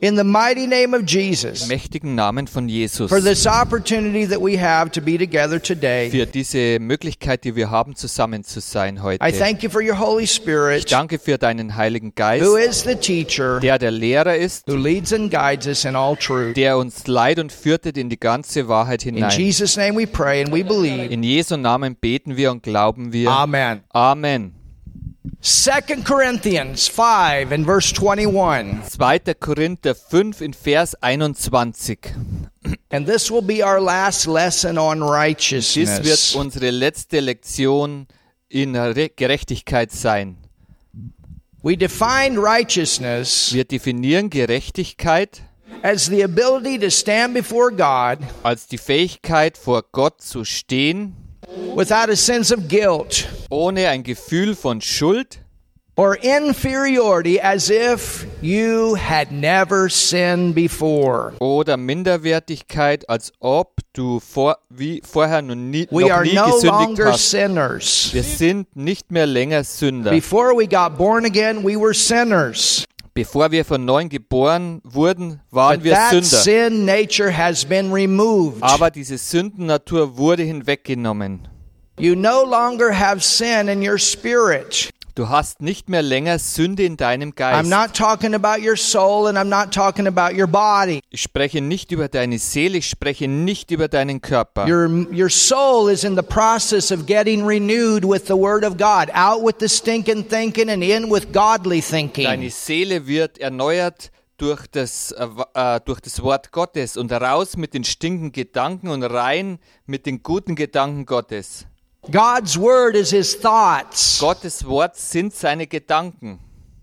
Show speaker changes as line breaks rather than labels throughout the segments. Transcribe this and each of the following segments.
in the mighty name of Jesus
mächtigen Namen von Jesus
for this opportunity that we have to be together today.
für diese Möglichkeit, die wir haben, zusammen zu sein
I
heute.
thank you for your Holy
Ich
Spirit,
danke für deinen Heiligen
who
Geist,
is the teacher,
der der Lehrer ist,
who leads and guides us in all truth.
der uns leitet und führtet in die ganze Wahrheit
In
hinein.
Jesus' name we pray and we believe.
In Jesu Namen beten wir und glauben wir.
Amen.
Amen.
2 Corinthians 5 and verse 21.
2. Korinther 5 in Vers 21.
And this will be our last lesson on
Dies wird
righteousness.
unsere letzte Lektion in Re Gerechtigkeit sein.
We define righteousness
Wir definieren Gerechtigkeit
as the ability to stand before God
als die Fähigkeit, vor Gott zu stehen,
without a sense of guilt
ohne ein Gefühl von Schuld
or inferiority as if you had never sinned before.
oder Minderwertigkeit, als ob du vor, wie vorher noch nie,
We
noch
are
nie
no
gesündigt
longer
hast.
sinners.
Wir sind nicht mehr länger Sünder.
Before we got born again, we were sinners.
Bevor wir von neuem geboren wurden, waren
But
wir
that
Sünder.
sin nature has been removed.
Aber diese Sündennatur wurde hinweggenommen.
You no longer have sin in your spirit.
Du hast nicht mehr länger Sünde in deinem
I'm
Geist.
not talking about your soul and I'm not talking about your body.
Ich spreche nicht über deine Seele, ich spreche nicht über deinen Körper.
Your, your soul is in the process of getting renewed with the Word of God. Out with the stinking thinking and in with godly
Deine
thinking.
Seele wird erneuert durch das, äh, äh, durch das Wort Gottes und raus mit den stinkenden Gedanken und rein mit den guten Gedanken Gottes.
God's Word is His thoughts.
Gottes Wort sind seine Gedanken.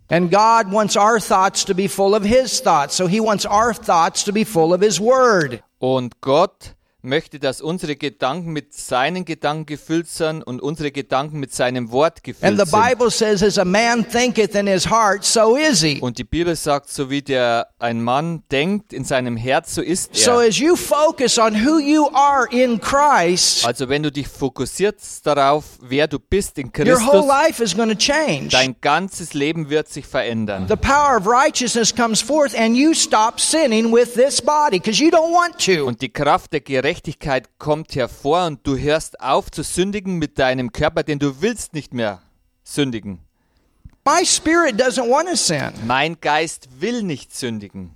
And God wants our thoughts to be full of His thoughts. So He wants our thoughts to be full of His Word.
Und Gott möchte, dass unsere Gedanken mit seinen Gedanken gefüllt sind und unsere Gedanken mit seinem Wort
And
gefüllt
the
sind.
Bible says, as a man thinketh in his heart, so is he.
Und die Bibel sagt, so wie der ein Mann denkt in seinem Herz, so ist
So
er.
as you focus on who you are in Christ,
Also wenn du dich fokussierst darauf, wer du bist in
your whole
Christus,
life is going to change.
dein ganzes Leben wird sich verändern.
The power of righteousness comes forth, and you stop sinning with this body because you don't want to.
Und die Kraft der Gerechtigkeit kommt hervor und du hörst auf zu sündigen mit deinem Körper, denn du willst nicht mehr sündigen.
My spirit doesn't want to sin.
Mein Geist will nicht sündigen.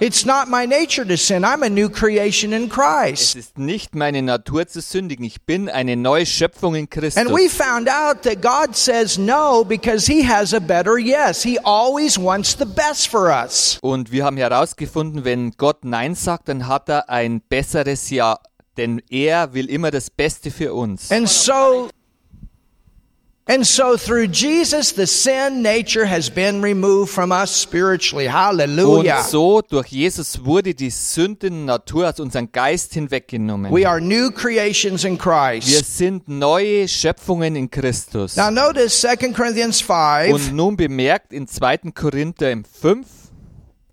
It's not my nature to sin. I'm a new creation in
Es
Christ.
ist nicht meine Natur zu sündigen. Ich bin eine neue Schöpfung in Christus.
And we found out that God says no because He has a better yes. He always wants the best for us.
Und wir haben herausgefunden, wenn Gott Nein sagt, dann hat er ein besseres Ja. Denn er will immer das Beste für uns.
And so. And so through Jesus, the sin nature has been removed from us spiritually.
Und
Hallelujah.
so durch Jesus wurde die Sündennatur aus unserem Geist hinweggenommen.
We are new creations in Christ.
Wir sind neue Schöpfungen in Christus.
Now notice 2 Corinthians 5,
Und nun bemerkt in 2. Korinther im 5,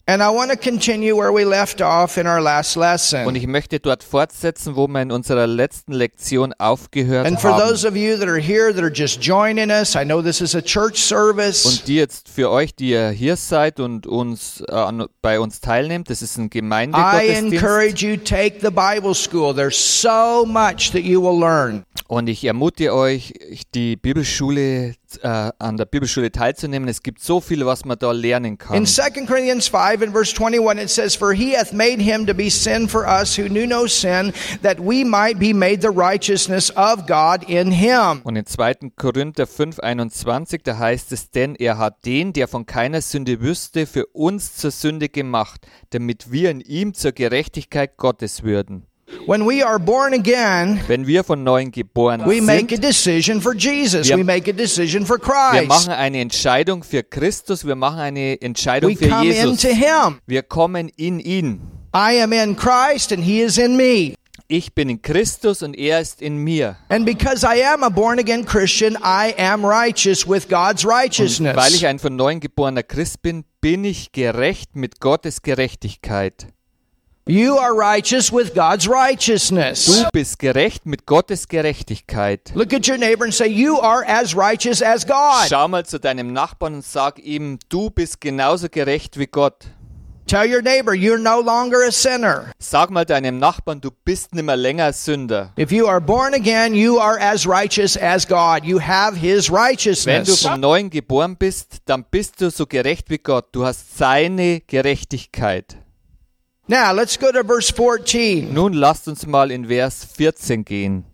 and I want to continue where we left off in our last lesson.
und ich möchte dort fortsetzen, wo wir in unserer letzten Lektion aufgehört
and for
haben.
those of you that are here that are just joining us, I know this is a church service.
Und die jetzt für euch, die ihr hier seid und uns äh, an, bei uns teilnehmt, das ist ein
I
Gemeindegottesdienst.
encourage you take the Bible school. There's so much that you will learn.
Und ich ermutige euch, die Bibelschule äh, an der Bibelschule teilzunehmen. Es gibt so viel, was man da lernen kann.
In 2 Corinthians 5 and verse 21 it says for he hath made him to be sin for us who knew no sin that we might be made the righteousness of God in him.
Und in 2. Korinther 5, 21, da heißt es, denn er hat den, der von keiner Sünde wüsste, für uns zur Sünde gemacht, damit wir in ihm zur Gerechtigkeit Gottes würden.
When we are born again,
Wenn wir von Neuem geboren
We make a
sind,
decision for Jesus.
Wir-
We make a decision for
wir machen
Christ.
eine Entscheidung für Christus, wir machen eine Entscheidung
We
für
come
Jesus.
into Him.
Wir kommen in ihn.
I am in Christ and He is in me.
Ich bin in Christus und er ist in mir.
And because I am a born again Christian, I am righteous with God's righteousness.
Weil ich ein von Neuem geborener Christ bin, bin ich gerecht mit Gottes Gerechtigkeit.
You are righteous with God's righteousness.
Du bist gerecht mit Gottes Gerechtigkeit.
Look at your neighbor and say, You are as righteous as God.
Schau mal zu deinem Nachbarn und sag ihm, du bist genauso gerecht wie Gott.
Tell your neighbor, You're no longer a sinner.
Sag mal deinem Nachbarn, du bist nimmer länger Sünder.
If you are born again, you are as righteous as God. You have His
Wenn du
righteousness.
vom Neuen geboren bist, dann bist du so gerecht wie Gott. Du hast seine Gerechtigkeit.
Now, let's go to verse 14.
Nun lasst uns mal in Vers 14 gehen.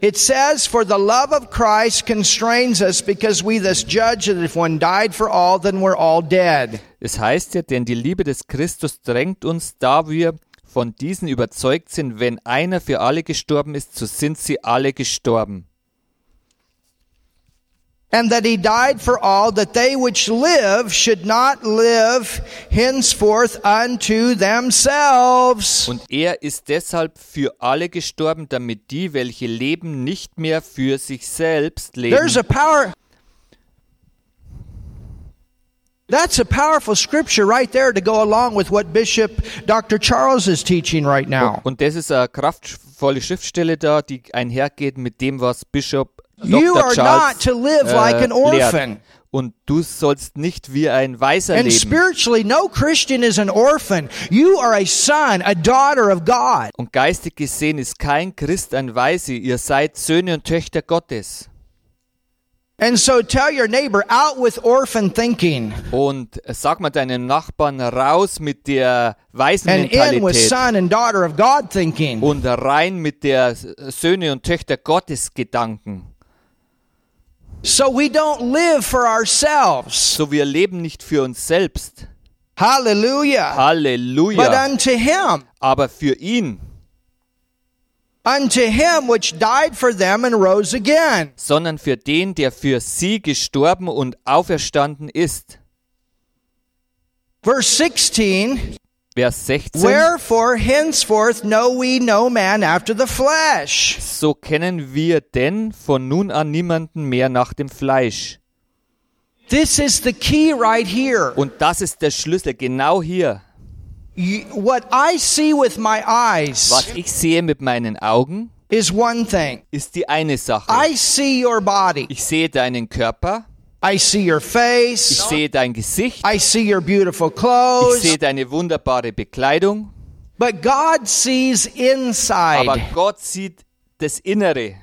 It says, For the love of Christ constrains us because we thus judge that if one died for all, then we're all dead.
Es heißt ja, denn die Liebe des Christus drängt uns, da wir von diesen überzeugt sind, wenn einer für alle gestorben ist, so sind sie alle gestorben.
And that he died for all, that they which live should not live henceforth unto themselves.
Und er ist deshalb für alle gestorben, damit die, welche leben, nicht mehr für sich selbst leben.
There's a power. That's a powerful scripture right there to go along with what Bishop Dr. Charles is teaching right now.
Und das ist eine kraftvolle Schriftstelle da, die einhergeht mit dem, was Bischof
You
Dr.
are
Charles äh,
not to live like an orphan.
lehrt. Und du sollst nicht wie ein Weiser
And
leben.
spiritually, no Christian is an orphan. You are a son, a daughter of God.
Und geistig gesehen ist kein Christ ein Weise, ihr seid Söhne und Töchter Gottes.
And so tell your neighbor, out with orphan thinking
Und äh, sag mal deinem Nachbarn raus mit
and
der
in with
Waisenmentalität
son and daughter of God thinking.
und rein mit der Söhne und Töchter Gottes Gedanken.
So we don't live for ourselves.
So wir leben nicht für uns selbst.
Hallelujah. But
Halleluja.
unto him.
Aber für ihn,
unto him which died for them and rose again.
sondern für den, der für sie gestorben und auferstanden ist.
Verse 16
Vers 16.
Wherefore henceforth know we no man after the flesh.
So kennen wir denn von nun an niemanden mehr nach dem Fleisch.
This is the key right here.
Und das ist der Schlüssel, genau hier.
You- what I see with my eyes
Was ich sehe mit meinen Augen,
is one thing.
ist die eine Sache.
I see your body.
Ich sehe deinen Körper,
I see your
ich
face.
sehe dein Gesicht,
I see your beautiful
ich
clothes.
sehe deine wunderbare Bekleidung,
But God sees
aber
inside.
Gott sieht das Innere.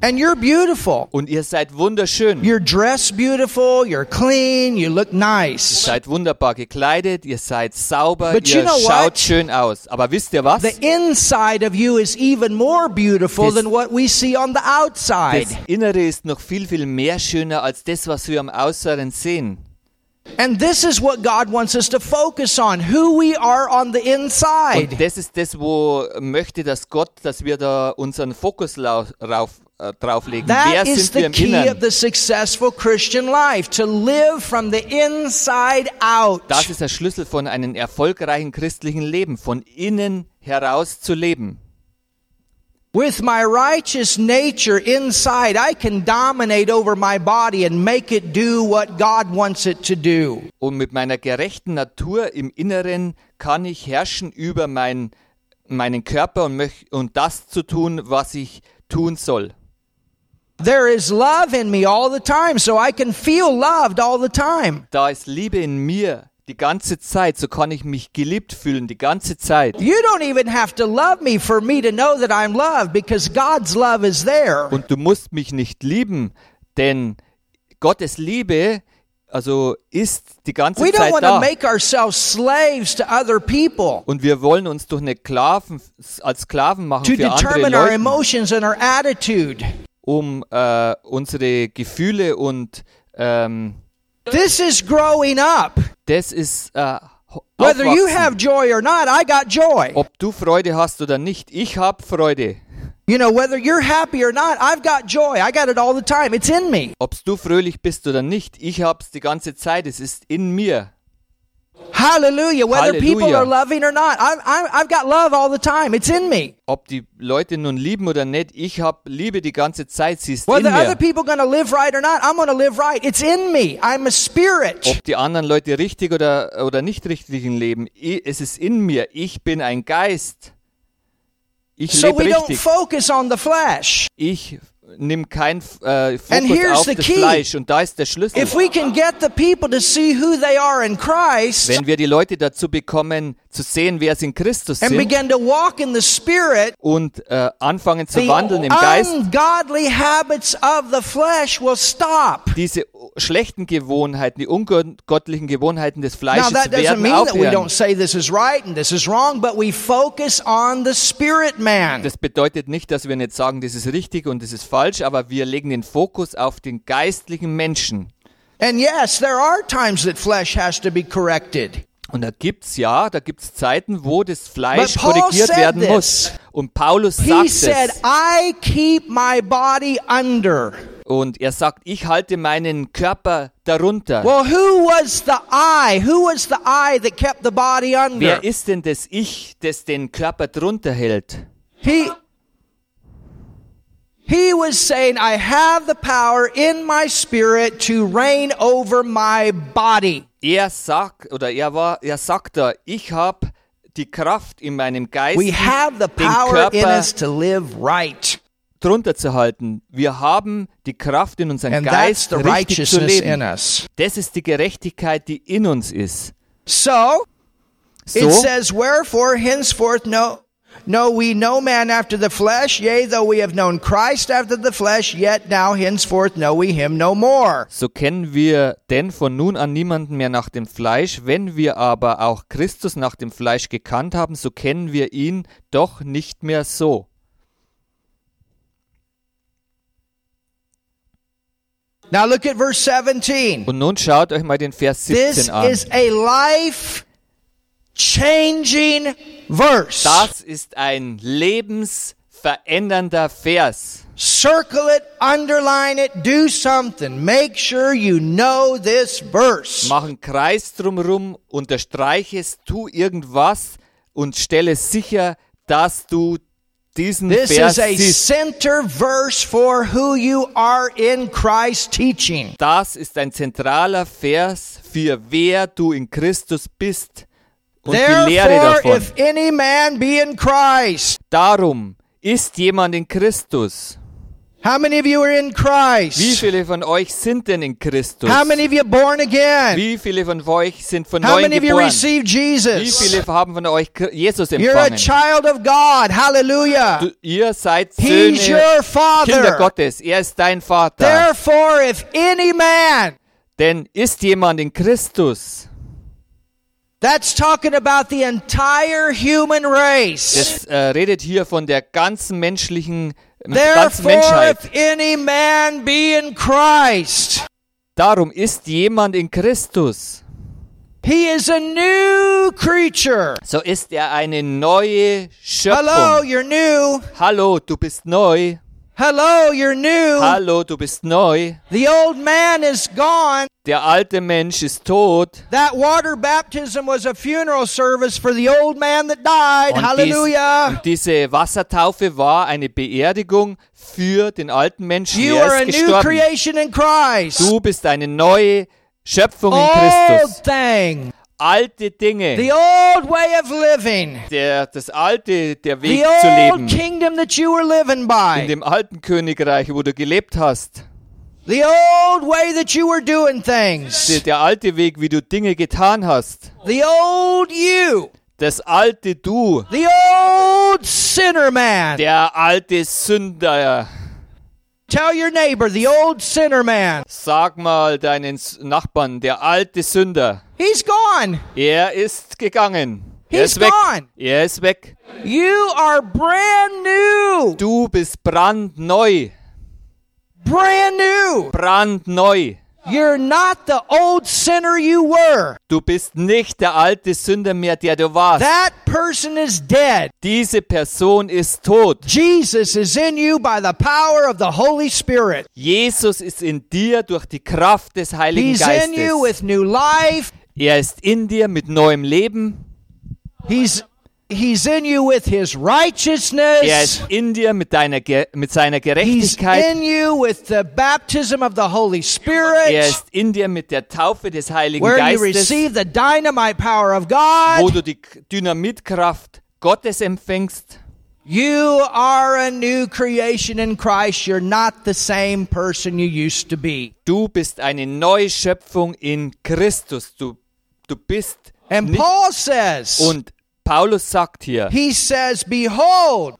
And you're beautiful.
Und ihr seid wunderschön.
You're dressed beautiful. You're clean. You look nice.
seid wunderbar gekleidet, ihr seid sauber,
But
ihr
you know
schaut
what?
schön aus. Aber wisst ihr was?
The inside of you is even more beautiful
This-
than what we see on the outside.
Das Innere ist noch viel, viel mehr schöner als das, was wir am Äußeren sehen.
And this is what God wants us to focus on who we are on the
Und
inside.
das ist das, wo möchte, dass Gott, dass wir da unseren Fokus lau- rauf, äh, drauflegen.
That
Wer
is
sind wir
the
im
key of
Inneren?
the successful Christian life to live from the inside out.
Das ist der Schlüssel von einem erfolgreichen christlichen Leben, von innen heraus zu leben.
With my righteous nature inside, I can dominate over my body and make it do what God wants it to do.
Und mit meiner gerechten Natur im Inneren kann ich herrschen über mein, meinen Körper und, möch, und das zu tun, was ich tun soll.
There is love in me all the time, so I can feel loved all the time.
Da ist Liebe in mir die ganze Zeit, so kann ich mich geliebt fühlen die ganze Zeit.
You don't even have to love me for me to know that I'm loved because God's love is there.
Und du musst mich nicht lieben, denn Gottes Liebe also ist die ganze
We don't
Zeit
want to
da.
make ourselves slaves to other people
Und wir wollen uns durch eine Klaven, als Sklaven machen
to
für andere
determine our
Leute.
emotions and our attitude.
um äh, unsere Gefühle und ähm,
This is growing up.
das ist äh, ho-
Whether you
Aufwachsen.
have joy or not, I got joy.
ob du Freude hast oder nicht. Ich habe Freude.
You know, whether you're happy or not, I've got joy. I got it all the time. It's in me.
Ob du fröhlich bist oder nicht, ich hab's die ganze Zeit. Es ist in mir.
Hallelujah. Whether people
Hallelujah.
are loving or not, I'm, I'm, I've got love all the time. It's in me.
Ob die Leute nun lieben oder nicht, ich hab Liebe die ganze Zeit, sie ist in
Whether
mir.
other people going to live right or not, I'm going to live right. It's in me. I'm a spirit.
Ob die anderen Leute richtig oder, oder nicht richtig leben, i- es ist in mir. Ich bin ein Geist. Ich
So
lebe
we don't
richtig.
focus on the flesh.
Ich nimm kein äh,
And
Fokus
here's
auf
the
das
key.
Fleisch. Und da ist der Schlüssel.
If we can get the people to see who they are in Christ
Wenn wir die Leute dazu bekommen, zu sehen, wer sie in Christus
and
sind
begin to walk in the spirit,
und äh, anfangen zu
the
wandeln im Geist,
ungodly habits of the flesh will stop.
diese schlechten Gewohnheiten, die ungottlichen Gewohnheiten des
Now
Fleisches
that doesn't
werden
mean that we
aufhören.
don't say this is right and this is wrong, but we focus on the spirit man.
Das bedeutet nicht, dass wir nicht sagen, das ist richtig und das ist falsch, aber wir legen den Fokus auf den geistlichen Menschen.
And yes, there are times that flesh has to be corrected.
Und da gibt's ja, da gibt's Zeiten, wo das Fleisch
But Paul
korrigiert
said
werden
this.
muss. Und Paulus sagt
He said,
es.
I keep my body under.
Und er sagt, ich halte meinen Körper darunter.
Well, who was the I? Who was the I that kept the body under?
Wer ist denn das Ich, das den Körper drunter hält?
He He was saying, I have the power in my spirit to reign over my body.
Er sagt, oder er war, er sagt da, ich habe die Kraft in meinem Geist,
We have the
den
power in
Körper
us to live right.
drunter zu halten. Wir haben die Kraft in unserem
And that's
Geist,
the
richtig zu
righteousness in
leben.
us.
Das ist die Gerechtigkeit, die in uns ist.
So,
So,
it says, Wherefore henceforth no know we no man after the flesh, yea, though we have known Christ after the flesh, yet now henceforth know we him no more.
so kennen wir denn von nun an niemanden mehr nach dem Fleisch. Wenn wir aber auch Christus nach dem Fleisch gekannt haben, so kennen wir ihn doch nicht mehr so.
Now look at verse 17.
Und nun schaut euch mal den Vers
This
17 an. um,
is a life changing verse.
Das ist ein lebensverändernder Vers.
Circle it, underline it, do something. Make sure you know this verse.
Mach einen Kreis drumrum, unterstreiche es, tu irgendwas und stelle sicher, dass du diesen
This
Vers
is a
siehst.
center verse for who you are in Christ teaching.
Das ist ein zentraler Vers für wer du in Christus bist und die Lehre
Therefore,
davon.
if any man be in Christ,
Darum ist jemand in Christus.
how many of you are in
Wie
Christ?
viele von euch sind denn in Christus?
How many of you are born again?
Wie viele von euch sind von
How
neuem
many of you
geboren?
received
Wie
Jesus?
viele haben von euch Kr- Jesus
You're a
empfangen?
child of God. Hallelujah.
Du, ihr seid
He's
Söhne,
your
Kinder
father.
Gottes. Er ist dein Vater.
Therefore, if any man,
Denn ist jemand in Christus,
that's talking about the entire human race.
das äh, redet hier von der ganzen menschlichen, ganzen
Therefore,
Menschheit.
if any man be in Christ,
Darum ist jemand in Christus,
he is a new creature.
so ist er eine neue Schöpfung.
Hello, you're new.
Hallo, du bist neu.
Hello, you're new.
Hallo, du bist neu.
The old man is gone.
Der alte Mensch ist tot.
That water baptism was a funeral service for the old man that died.
Und,
Hallelujah.
Dies, und diese Wassertaufe war eine Beerdigung für den alten Menschen,
You
der
are
ist
a new
gestorben.
creation in Christ.
Du bist eine neue Schöpfung in
Old
Christus.
thing,
Alte Dinge,
the old way of living,
der, das alte, der Weg
the
zu
old
leben,
kingdom that you were living
in
by,
dem alten Königreich, wo du gelebt hast,
the old way that you were doing
der,
things,
der alte Weg, wie du Dinge getan hast,
the old you,
das alte Du,
the old sinner man.
der alte Sünder.
Tell your neighbor, the old sinner man.
Sag mal deinen S- Nachbarn, der alte Sünder,
He's gone.
er ist gegangen. Er
He's
ist weg.
gone.
Er ist weg.
You are brand new.
Du bist brandneu.
Brand new.
Brandneu.
You're not the old sinner you were.
Du bist nicht der alte Sünder mehr, der du warst.
That person is dead.
Diese Person ist tot.
Jesus is in you by the power of the Holy Spirit.
Jesus ist in dir durch die Kraft des Heiligen
He's in you
Geistes.
with new life.
Er ist in dir mit neuem Leben.
He's He's in you with his righteousness.
Er ist in dir mit, deiner, Ge- mit seiner
He's
Gerechtigkeit.
in you with the baptism of the Holy
Er
Spirit,
ist in dir mit der Taufe des Heiligen
where you
Geistes,
receive the dynamite power of
wo
God.
du die K- Dynamitkraft Gottes empfängst.
You are a new creation in Christ. You're not the same person you used to be.
Du bist eine neue Schöpfung in Christus. Du, du bist.
And
nicht-
Paul says,
Und Paulus sagt hier,
he says, behold,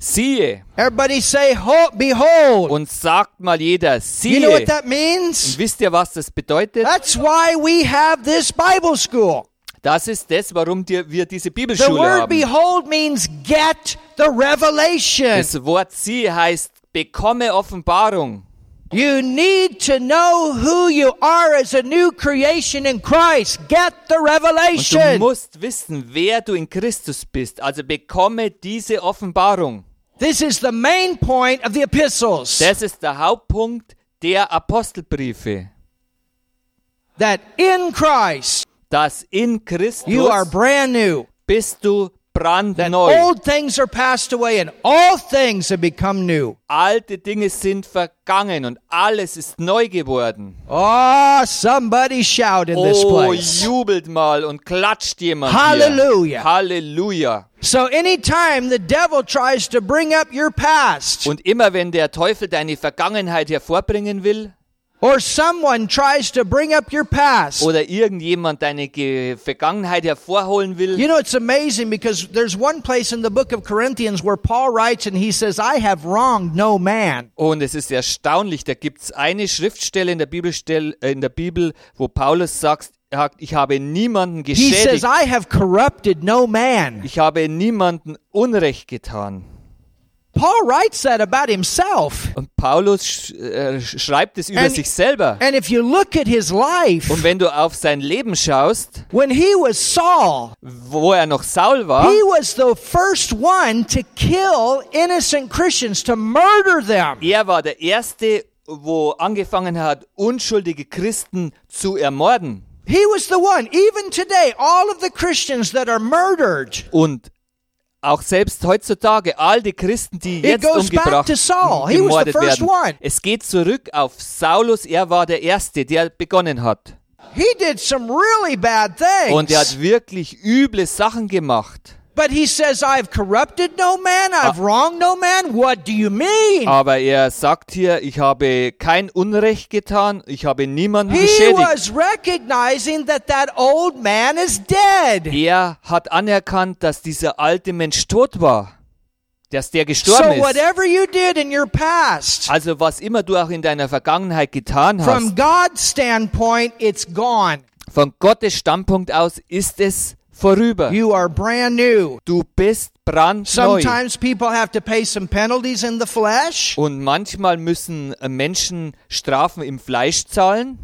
siehe,
everybody say, ho- behold.
und sagt mal jeder,
You know
siehe.
what that Äh? means?
Und wisst ihr, was das bedeutet?
That's why we have this Bible school.
Das ist das, warum dir, wir diese
The
Bibelschule
word
haben.
behold means get the revelation.
Das Wort siehe heißt, bekomme Offenbarung.
You need to know who you are as a new creation in Christ. Get the
Und du
revelation.
musst wissen, wer du in Christus bist. Also bekomme diese Offenbarung.
This is the main point of the epistles.
Das ist der Hauptpunkt der Apostelbriefe.
That in Christ
Dass in
you are
Christus
brand new.
bist du
That
brandneu.
old things are passed away and all things have become new.
Alte Dinge sind vergangen und alles ist neu geworden.
Oh, somebody shout in this
Oh,
place.
jubelt mal und klatscht jemand.
Halleluja.
Hier. Halleluja.
So anytime the devil tries to bring up your past
Und immer wenn der Teufel deine Vergangenheit hervorbringen will
or someone tries to bring up your past,
oder irgendjemand deine Ge Vergangenheit hervorholen will,
You know, it's amazing because there's one place in the book of Corinthians where Paul writes and he says, I have wronged no man.
und es ist erstaunlich, da gibt es eine Schriftstelle in der, Bibelstell, äh, in der Bibel, wo Paulus sagt, sagt, ich habe niemanden
He says,
geschädigt,
I have corrupted no man.
ich habe niemanden Unrecht getan.
Paul writes that about himself.
Und Paulus sch äh, schreibt es über
And-
sich selber.
And if you look at his life,
Und wenn du auf sein Leben schaust,
when he was Saul,
wo er noch Saul war,
he was the first one to kill innocent Christians, to murder them.
Er war der Erste, wo angefangen hat, unschuldige Christen zu ermorden.
He was the one, even today, all of the Christians that are murdered,
Und auch selbst heutzutage, all die Christen, die jetzt
goes back
umgebracht
to Saul. He was the
gemordet
first
werden.
one.
Es geht zurück auf Saulus, er war der Erste, der begonnen hat.
he did some really bad things.
Und er hat wirklich üble Sachen gemacht.
But he says, I've corrupted no man, I've wronged no man. What do you mean?
Aber er sagt hier, ich habe kein Unrecht getan, ich habe niemanden
he
geschädigt.
was recognizing that that old man is dead.
Er hat anerkannt, dass dieser alte Mensch tot war, dass der gestorben
So,
ist.
whatever you did in your past,
Also was immer du auch in deiner Vergangenheit getan
from
hast,
God's standpoint, it's gone.
von Gottes Standpunkt aus ist es vorüber.
You are brand new.
Du bist brandneu.
Sometimes people have to pay some penalties in the flesh,
Und manchmal müssen äh, Menschen Strafen im Fleisch zahlen.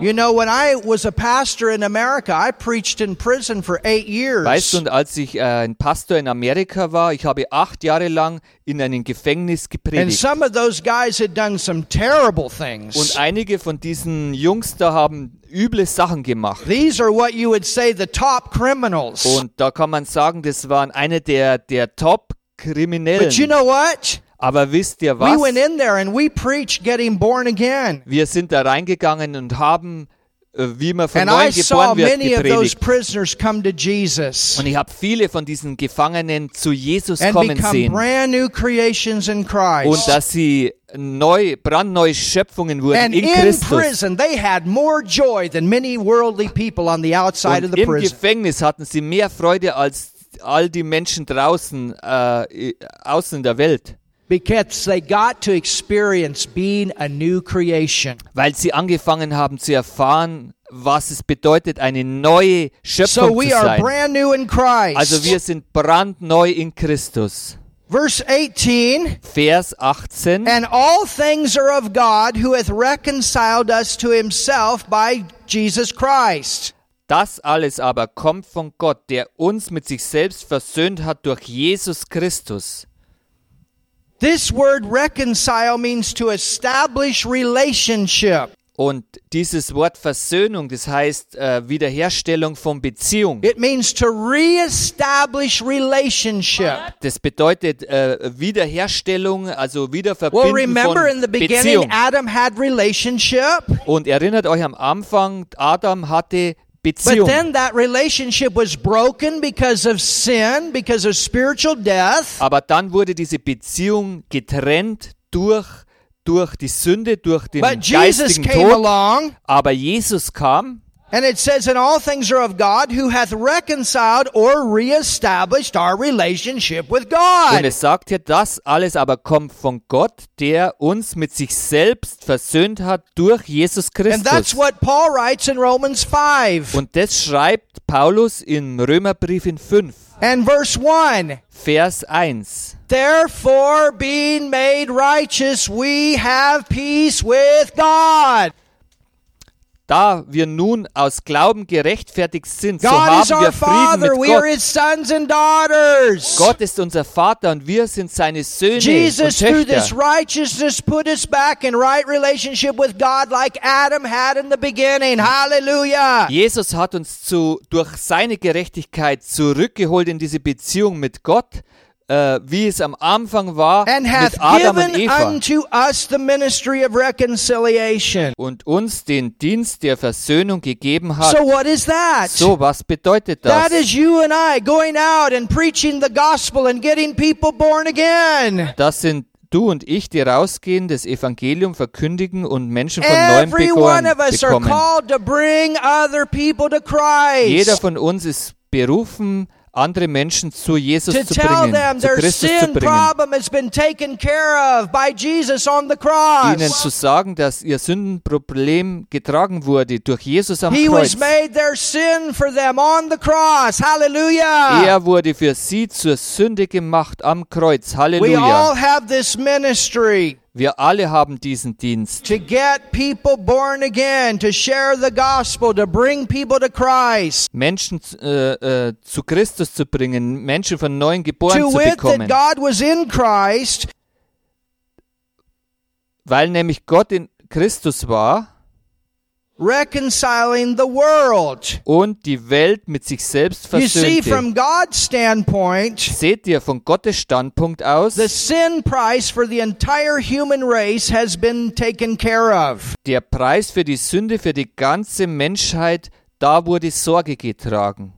You know, when I was a pastor in America, I preached in prison for eight years.
Weißt du, und als ich äh, ein Pastor in Amerika war, ich habe acht Jahre lang in einem Gefängnis
and
gepredigt.
some of those guys had done some terrible things.
Und einige von diesen Jungs da haben üble Sachen gemacht.
These are what you would say the top criminals.
Und da kann man sagen, das waren eine der, der
but you
Top-Kriminellen.
know what?
Aber wisst ihr
We
was?
went in there and we preached getting born again.
Wir sind da reingegangen und haben, äh, wie man von
And I
neuem
saw
geboren wird,
many of those
gepredigt.
prisoners come to Jesus
Und ich habe viele von diesen Gefangenen zu Jesus
and
kommen
become
sehen.
brand new creations in
Und
Christ.
dass sie neu, brandneue Schöpfungen wurden
And
in
in
Christus.
prison, they had more joy than many worldly people on the outside of
Und
the
im
prison.
Gefängnis hatten sie mehr Freude als all die Menschen draußen, äh, äh, außen in der Welt.
Because they got to experience being a new creation.
Weil sie angefangen haben zu erfahren, was es bedeutet, eine neue
So
Schöpfung zu
we are
sein.
brand new in
Also wir
Christ.
sind brandneu in Christus.
Verse 18.
Vers 18.
And all things are of God who hath reconciled us to himself by Jesus Christ.
Das alles aber kommt von Gott, der uns mit sich selbst versöhnt hat durch Jesus Christus.
This word reconcile means to establish relationship.
Und dieses Wort Versöhnung, das heißt äh, Wiederherstellung von Beziehung.
It means to reestablish relationship.
Das bedeutet äh, Wiederherstellung, also
Well,
Wiederverbinden
remember in the
von
beginning,
Beziehung.
Adam had relationship,
Und erinnert euch am Anfang, Adam hatte
but
Beziehung.
then that relationship was broken because of sin, because of spiritual death.
Aber dann wurde diese Beziehung getrennt durch, durch die Sünde, durch den
But Jesus
geistigen
came
Tod.
along,
Aber Jesus kam
and it says, "In all things are of God, who hath reconciled or reestablished our relationship with
und
God."
es sagt hier, das alles aber kommt von Gott, der uns mit sich selbst versöhnt hat durch Jesus
And that's
Christus.
what Paul writes in Romans 5
Und das schreibt Paulus im Römerbrief in 5,
and verse 1.
Vers 1.
Therefore, being made righteous, we have peace with God.
Da wir nun aus Glauben gerechtfertigt sind, so
God
haben
is our
wir
Father.
Frieden mit
We are
Gott.
His sons and daughters.
Gott ist unser Vater und wir sind seine Söhne
Jesus, through
und
this
Töchter.
righteousness, put us back in right relationship with God like Adam had in the beginning. Hallelujah.
Jesus hat uns zu, durch seine Gerechtigkeit zurückgeholt in diese Beziehung mit Gott, äh, wie es am Anfang war
And hath
mit Adam und
given
Eva.
unto us the ministry of reconciliation.
und uns den Dienst der Versöhnung gegeben hat.
So, what is that?
so, was bedeutet das?
That is you and I going out and preaching the gospel and getting people born again.
das sind du und ich, die rausgehen, das Evangelium verkündigen und Menschen von neuem
Every one
begonnen
of us are
bekommen.
called to bring other people to
Jeder
Christ.
von uns ist berufen, andere Menschen zu Jesus
To
zu
tell them
bringen, zu
their
Christus zu
sin
bringen.
problem has been taken care of by Jesus on the cross.
Ihnen zu sagen, dass ihr Sündenproblem getragen wurde durch Jesus am
He was
Kreuz.
made their sin for them on the cross. Hallelujah.
Er wurde für sie zur Sünde gemacht am Kreuz.
We all
Halleluja.
have this ministry
Wir alle haben diesen Dienst.
to get people born again, to share the gospel, to bring people to Christ.
Menschen äh, äh, zu Christus zu bringen, Menschen von neuem
to
geboren zu
wit that
bekommen,
God was in Christ
weil nämlich Gott in Christus war
reconciling the world.
und die Welt mit sich selbst
You see,
versöhnte.
from God's standpoint,
Seht ihr von Gottes Standpunkt aus,
the sin price for the entire human race has been taken care of.
der Preis für die Sünde für die ganze Menschheit, da wurde Sorge getragen.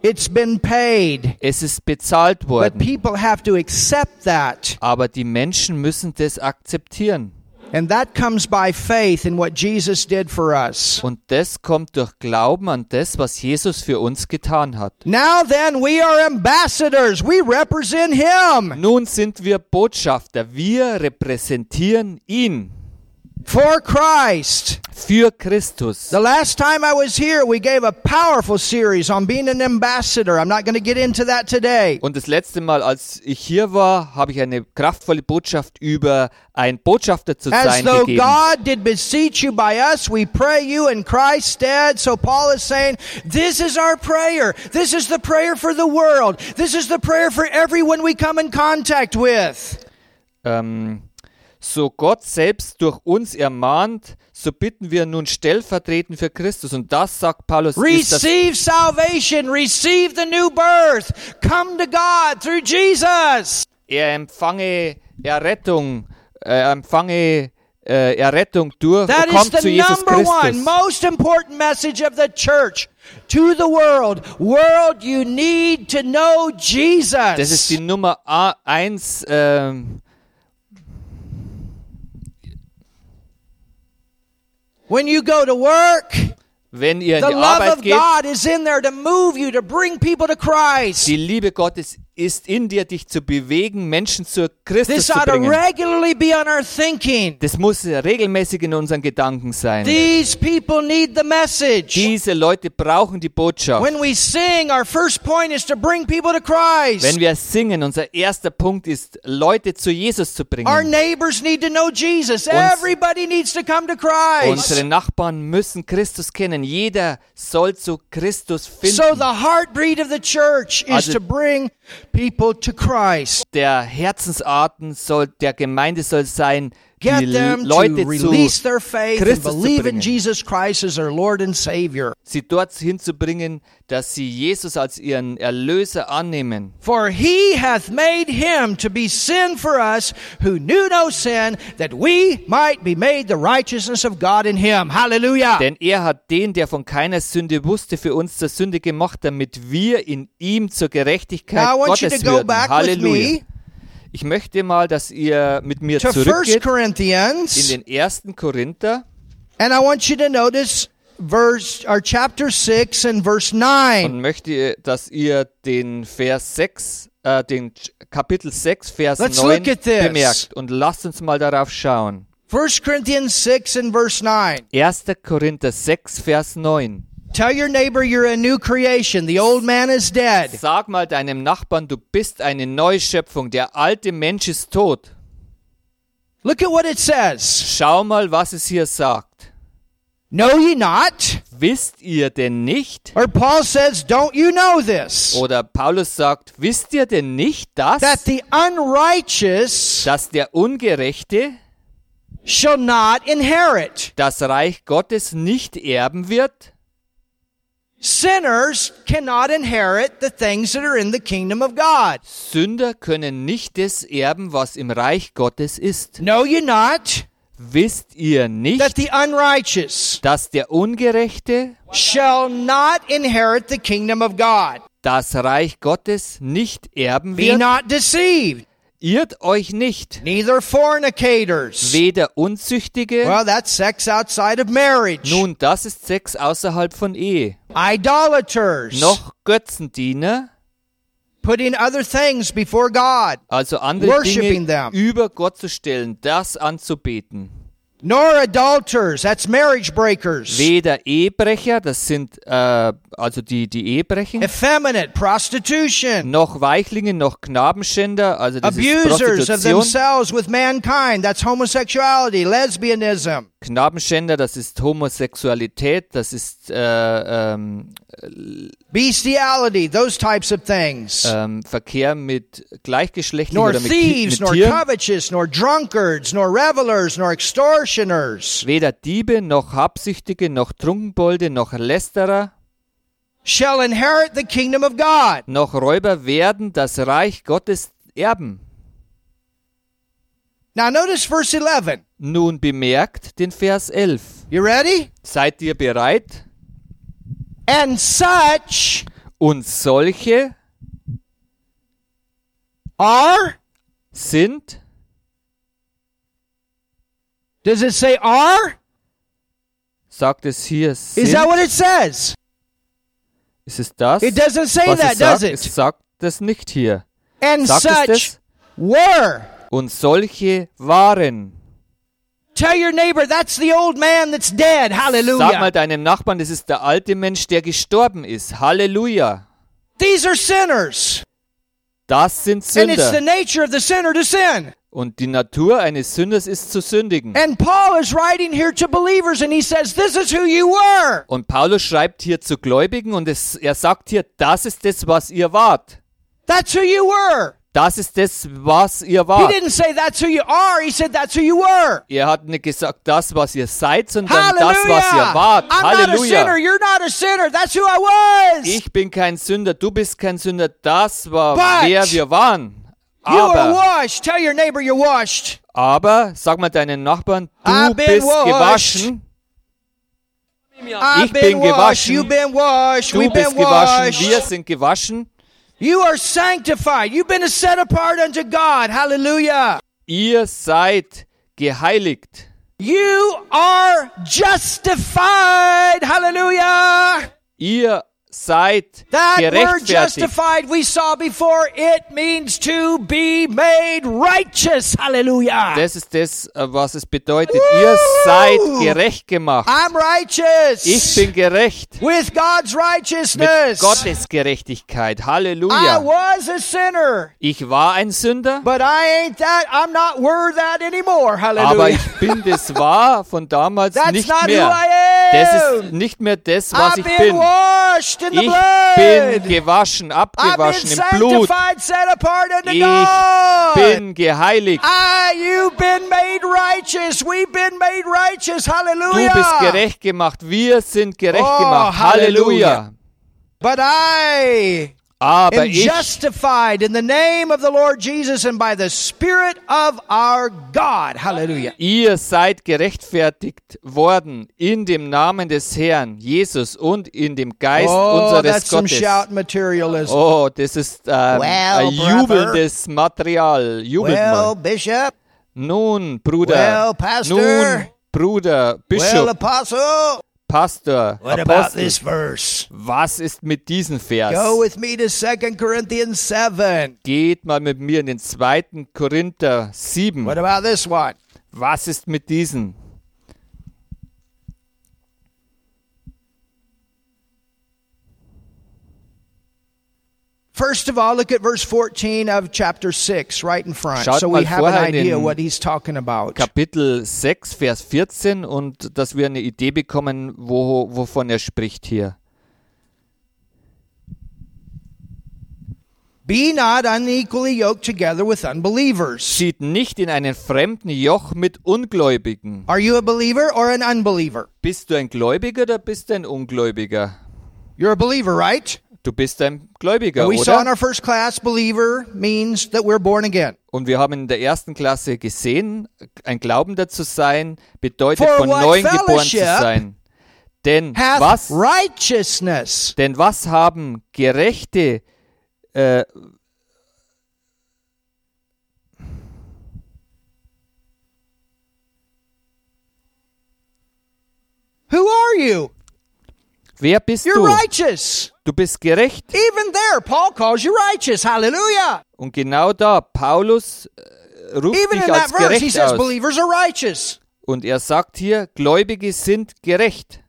It's been paid.
Es ist bezahlt
But
worden,
people have to accept that.
aber die Menschen müssen das akzeptieren.
And that comes by faith in what Jesus did for us.
Und das kommt durch Glauben an das, was Jesus für uns getan hat.
Now then, we are ambassadors. We represent Him
Nun sind wir Botschafter. Wir repräsentieren ihn
for Christ.
für Christus.
The last time I was here, we gave a powerful series on being an ambassador. I'm not going to get into that today.
Und das letzte Mal, als ich hier war, habe ich eine kraftvolle Botschaft über ein Botschafter zu
As
sein
though
gegeben.
God did beseech you by us, we pray you in Christ's stead. So Paul is saying, this is our prayer. This is the prayer for the world. This is the prayer for everyone we come in contact with.
Ähm, so Gott selbst durch uns ermahnt, so bitten wir nun stellvertretend für Christus. Und das sagt Paulus, ist das
Receive salvation. Receive the new birth. Come to God through Jesus.
er empfange Errettung, er empfange äh, Errettung durch,
That is
kommt zu
the
Jesus
number one,
Christus.
most important message of the church to the world. World, you need to know Jesus.
Das ist die Nummer A- eins. ähm,
when you go to work,
wenn ihr in
the
die
love
Arbeit
of
geht,
God is in there to move you, to bring people to Christ.
die Liebe Gottes ist in dir, dich zu bewegen, Menschen zu Christus
This
zu
ought to
bringen.
regularly be on our thinking.
Das muss regelmäßig in unseren Gedanken sein.
These people need the message.
Diese Leute brauchen die Botschaft.
When we sing, our first point is to bring people to
Wenn
Christ.
wir singen, unser erster Punkt ist, Leute zu Jesus zu
Our
bringen.
neighbors need to know Jesus.
Uns-
Everybody needs to come to Christ.
Unsere Nachbarn müssen Christus kennen. Jeder soll zu Christus
So
finden.
the heartbeat of the church is
Also-
to bring people to Christ.
Der Herzensarten soll, der Gemeinde soll sein,
Get
die
them
Leute
to
zu
release their faith and
Christus zu
believe in
bringen.
Jesus Christ as their Lord and Savior.
sie dort hinzubringen, dass sie Jesus als ihren Erlöser annehmen.
For he hath made him to be sin for us who knew no sin, that we might be made the righteousness of God in him. Hallelujah.
Denn er hat den, der von keiner Sünde wusste, für uns zur Sünde gemacht, damit wir in ihm zur Gerechtigkeit
Now I want you to
Gottes
go
würden.
back with
Halleluja.
me
Ich möchte mal, dass ihr mit mir
to 1
zurückgeht in
Corinthians,
den ersten Korinther
and I want you to notice verse or chapter 6 and verse 9.
und möchte, dass ihr den Vers 6, äh, den Ch- Kapitel 6, Vers
Let's
9
look at this.
bemerkt. Und lasst uns mal darauf schauen.
1 Corinthians 6 and verse 9.
1. Korinther 6, Vers 9.
Tell your neighbor you're a new creation. The old man is dead.
Sag mal deinem Nachbarn, du bist eine Neuschöpfung, der alte Mensch ist tot.
Look at what it says.
Schau mal, was es hier sagt.
Know ye not?
Wisst ihr denn nicht?
Or Paul says, don't you know this?
Oder Paulus sagt, wisst ihr denn nicht,
That
dass,
the unrighteous
dass der Ungerechte
shall not inherit.
das Reich Gottes nicht erben wird?
Sinners cannot inherit the things that are in the kingdom of God.
Sünder können nicht das erben, was im Reich Gottes ist.
Know ye not?
Wisst ihr
That
nicht,
the unrighteous
dass der Ungerechte
shall not inherit the kingdom of God.
das Reich Gottes nicht erben
Be
wird?
not deceived,
Irrt euch nicht.
neither fornicators.
Weder Unzüchtige,
Well, that's sex outside of marriage.
nun das ist Sex außerhalb von Ehe,
Idolaters.
noch Götzendiener,
Putting other things before God.
also andere
Worshipping them.
Dinge über Gott zu stellen, das anzubeten.
Nor adulterers. That's marriage breakers.
Weder Ehebrecher, das sind äh, also die, die Ehebrechen,
effeminate. Prostitution.
noch Weichlinge, noch Knabenschänder, also das
Abusers
ist
of
Prostitution.
themselves with mankind. That's homosexuality, lesbianism.
Knabenschänder, das ist Homosexualität, das ist äh, ähm,
Bestiality. Those types of things.
ähm, Verkehr mit Gleichgeschlechtlichen
nor
oder mit, Ki-
thieves,
mit
nor
Tieren.
covetous, nor drunkards, nor revelers, nor extortioners
Weder Diebe, noch Habsüchtige, noch Trunkenbolde, noch Lästerer,
shall inherit the kingdom of God.
noch Räuber werden das Reich Gottes erben.
Now, notice verse 11.
Nun bemerkt den Vers 11.
You ready?
Seid ihr bereit?
And such
Und solche
are,
sind,
does it say are?
sagt es hier, sind,
Is that what it says?
ist es das?
It doesn't say
was
that,
es sagt?
does it?
Es sagt das nicht hier.
And
Sagt es
such
das?
were.
Und solche waren.
Tell your neighbor that's the old man that's dead.
Sag mal
Hallelujah.
deinem Nachbarn, das ist der alte Mensch, der gestorben ist. Halleluja.
These are sinners.
Das sind
And it's the
Sünder.
nature of the sinner to sin.
Und die Natur eines Sünders ist zu sündigen.
And Paul is writing here to believers and he says, This is who you were.
Und Paulus schreibt hier zu Gläubigen und es, er sagt hier, das ist das, was ihr wart.
That's who you were.
Das ist das, was ihr
He
wart.
didn't say that's who you are, he said that's who you were.
Er hat nicht gesagt, das, was ihr seid, sondern das,
Hallelujah.
was ihr wart.
I'm not a sinner,
Halleluja.
you're not a sinner. That's who I was.
Ich bin kein Sünder, du bist kein Sünder. Das war,
But
wer wir waren.
you are
Aber,
washed. Tell your neighbor you're washed.
aber, sag mal deinen Nachbarn, du
I've been
bist
washed.
gewaschen.
I've
Ich
been
bin
washed.
gewaschen.
You've been washed.
Du
We've
bist
been
gewaschen, wir
washed.
sind gewaschen.
You are sanctified. You've been set apart unto God. Hallelujah.
Ihr seid geheiligt.
You are justified. Hallelujah.
Ihr seid
That word
gerechtfertigt.
justified we saw before, it means to be made righteous. Hallelujah.
Das ist das, äh, was es bedeutet. Ihr seid gerecht gemacht.
I'm righteous.
Ich bin gerecht.
with God's
Mit
righteousness.
Gottes Gerechtigkeit.
I
Halleluja.
was a sinner,
Ich war ein Sünder,
but I ain't that. I'm not worth that anymore.
aber
Hallelujah.
ich bin das war von damals
That's
nicht
not who
mehr.
I am.
Das ist nicht mehr das, was
I've
ich
been
bin.
washed in the
Ich
blood.
bin gewaschen,
I've been
abgewaschen im Blut.
sanctified, set apart unto
Ich
God.
bin geheiligt.
Ah, you've been made righteous. We've been made righteous. Hallelujah.
Du bist gerecht gemacht. Wir sind gerecht
Oh,
gemacht. Halleluja.
But I
Aber
am
ich
justified in the name of the Lord Jesus and by the Spirit of our God. Hallelujah.
Ihr seid gerechtfertigt worden in dem Namen des Herrn Jesus und in dem Geist
Oh, that's
unseres
some
Gottes.
shout materialism.
Oh, das ist ähm, ein
brother.
jubelndes Material. Jubelt
well,
mal.
Bishop.
Nun, Bruder.
well, Pastor.
Nun, Bruder,
Well,
Bischof,
Apostle.
Pastor,
What about
Apostel.
this verse?
Was ist mit diesem Vers?
Go with me to 2 Corinthians 7.
Geht mal mit mir in den 2. Korinther 7.
What about this one?
Was ist mit diesen?
First of all, look at verse 14 of chapter 6 right in front.
Schaut
so
mal
we have an
vorher in
idea
den
what he's talking about.
Kapitel 6, Vers 14 und dass wir eine Idee bekommen, wo, wovon er spricht hier.
Be not unequally yoked together with unbelievers.
Zieht nicht in einen fremden Joch mit Ungläubigen.
Are you a believer or an unbeliever?
Bist du ein Gläubiger oder bist du ein Ungläubiger?
You're a believer, right?
Du bist ein Gläubiger,
we saw in
oder?
our first class, believer means that we're born again.
Und wir haben in der ersten Klasse gesehen, ein Glaubender zu sein bedeutet
For
von
what
neuem geboren zu
fellowship
sein. Denn
Hath
was
righteousness.
Denn was haben Gerechte, äh,
Who are you?
wer bist
You're
du?
righteous.
Du bist gerecht.
Even there, Paul calls you righteous. Hallelujah.
Und genau da, Paulus äh, ruft
Even in
dich
that
als
verse, he
gerecht
says
aus.
believers are righteous.
Und er sagt hier, Gläubige sind gerecht.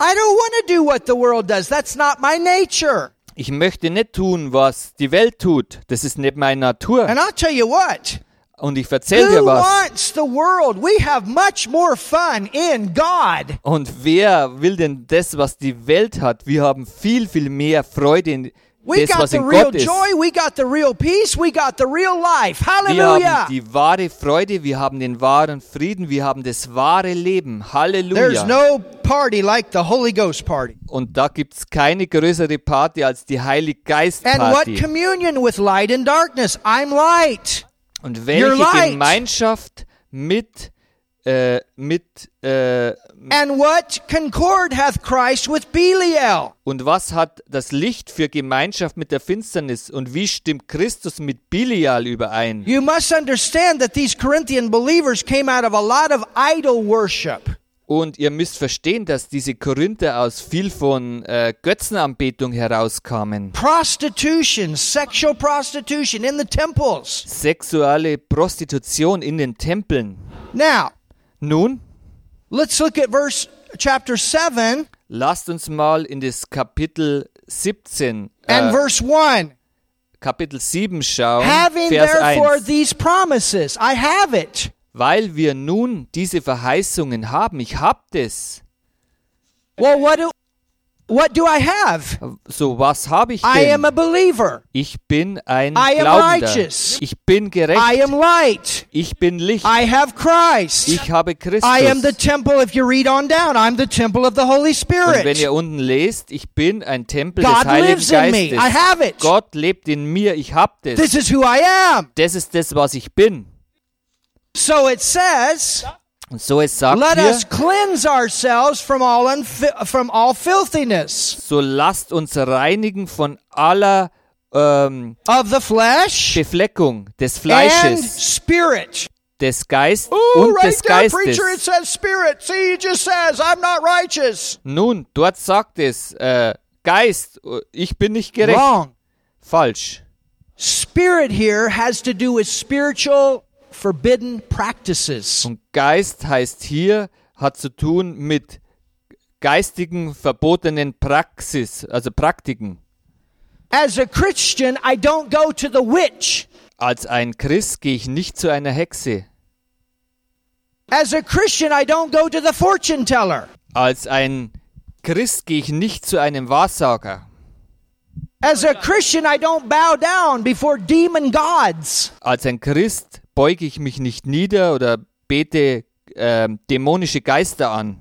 I don't want to do what the world does. That's not my nature.
Ich möchte nicht tun, was die Welt tut. Das ist nicht meine Natur.
And I'll tell you what.
Und ich erzähl
Who
dir was.
wants the world? We have much more fun in God.
Und wer will denn das, was die Welt hat? Wir haben viel, viel mehr Freude in
We
das,
got
was
the
in
real
Gott ist.
joy. We got the real peace. We got the real life.
Wir
Hallelujah.
haben die wahre Freude, wir haben den wahren Frieden, wir haben das wahre Leben.
There's
Halleluja.
no party like the Holy Ghost party.
Und da gibt es keine größere Party als die
And what
Heiliggeist-Party.
communion with light and darkness? I'm light.
Und
You're
welche
light.
Gemeinschaft mit, äh, mit, äh,
And what concord hath Christ with Belial?
und was hat das Licht für Gemeinschaft mit der Finsternis? Und wie stimmt Christus mit Bilial überein?
You must understand that these Corinthian believers came out of a lot of idol worship.
Und ihr müsst verstehen, dass diese Korinther aus viel von äh, Götzenanbetung herauskamen.
Prostitution, sexual prostitution in the temples.
Sexuelle Prostitution in den Tempeln.
Now,
Nun,
let's look at verse chapter 7
lasst uns mal in das Kapitel 17,
and
äh,
verse 1.
Kapitel 7 schauen,
Having
Vers
therefore
1.
these promises, I have it.
Weil wir nun diese Verheißungen haben, ich hab das.
Well, what do, what do I have?
So, was habe ich
I am
denn?
a believer.
Ich bin ein
I am
Glaubender.
righteous.
Ich bin
I
gerecht.
am light.
Ich bin Licht.
I have Christ.
Ich habe
I am the
Christus.
temple. If you read on down, I'm the temple of the Holy
Und wenn ihr
Spirit.
unten lest, ich bin ein Tempel
God
des Heiligen
lives in me.
Geistes.
I have it.
Gott lebt in mir. Ich hab das.
This is who I am.
Das ist das, was ich bin.
So it says,
Und so es sagt
let
hier,
us cleanse ourselves from all unfi- from all filthiness
so lasst uns reinigen von aller ähm,
of the flesh
Befleckung des
and
Fleisches,
spirit.
des Geistes
Ooh,
und
right
des
there, preacher, it
Geistes.
says spirit. See, he just says, I'm not righteous.
Nun, dort sagt es, äh, Geist, äh, ich bin nicht gerecht.
Wrong.
Falsch.
Spirit here has to do with spiritual forbidden practices.
Und Geist heißt hier, hat zu tun mit geistigen, verbotenen Praxis, also Praktiken.
As a Christian, I don't go to the witch.
Als ein Christ gehe ich nicht zu einer Hexe.
As a Christian, I don't go to the fortune teller.
Als ein Christ gehe ich nicht zu einem Wahrsager.
As a Christian, I don't bow down before demon gods.
Als ein Christ beuge ich mich nicht nieder oder bete ähm, dämonische Geister an.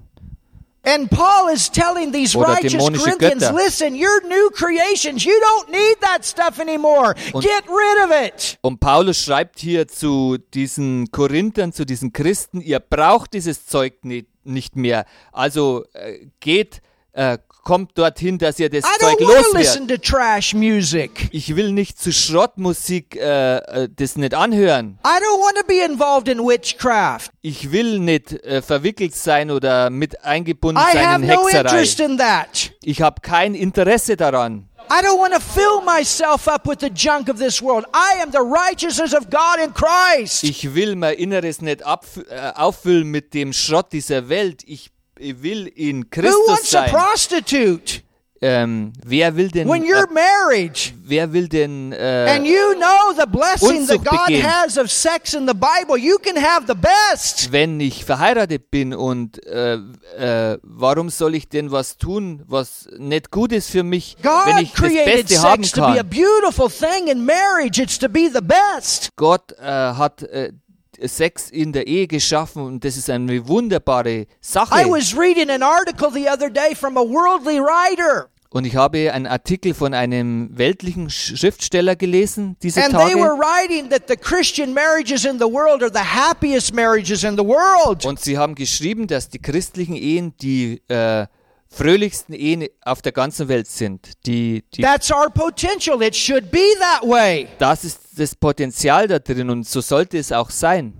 And Paul is telling these
Oder
righteous
dämonische
Corinthians,
Götter.
listen, you're new creations. You don't need that stuff anymore.
Und-
Get rid of it.
Und Paulus schreibt hier zu diesen Korinthern, zu diesen Christen, ihr braucht dieses Zeug ni- nicht mehr. Also äh, geht, äh, kommt dorthin, dass ihr das
I
Zeug
don't want to
loswerdet.
listen to trash music.
Ich will nicht zu Schrottmusik äh, äh, das nicht anhören.
I don't want to be involved in witchcraft.
Ich will nicht äh, verwickelt sein oder mit eingebunden
I have
sein in
no
Hexerei.
interest in that.
Ich habe kein Interesse daran.
I don't want to fill myself up with the junk of this world. I am the righteousness of God in Christ.
Ich will mein Inneres nicht abf- äh, auffüllen mit dem Schrott dieser Welt. Ich äh, will in
Who
Christus
wants a
sein.
prostitute
Ähm, wer will denn,
when
äh,
you're married?
wer will denn äh,
And you know the blessing that
Unzucht
God
begehen.
has of sex in the Bible. You can have the best.
wenn ich verheiratet bin und äh, äh, warum soll ich denn was tun, was nicht gut ist für mich, wenn
God
ich das
created
Beste haben
sex to be a
kann?
beautiful thing in marriage. It's to be the best.
Gott äh, hat äh, Sex in der Ehe geschaffen und das ist eine wunderbare
I
Sache.
was reading an article the other day from a worldly writer,
Und ich habe einen Artikel von einem weltlichen Sch- Schriftsteller gelesen diese
and they
Tage.
were writing that the Christian marriages in the world are the happiest marriages in the world.
Und sie haben geschrieben, dass die christlichen Ehen die äh, fröhlichsten Ehen auf der ganzen Welt sind. Die, die,
That's our potential. It should be that way.
das ist das Potenzial da drin und so sollte es auch sein.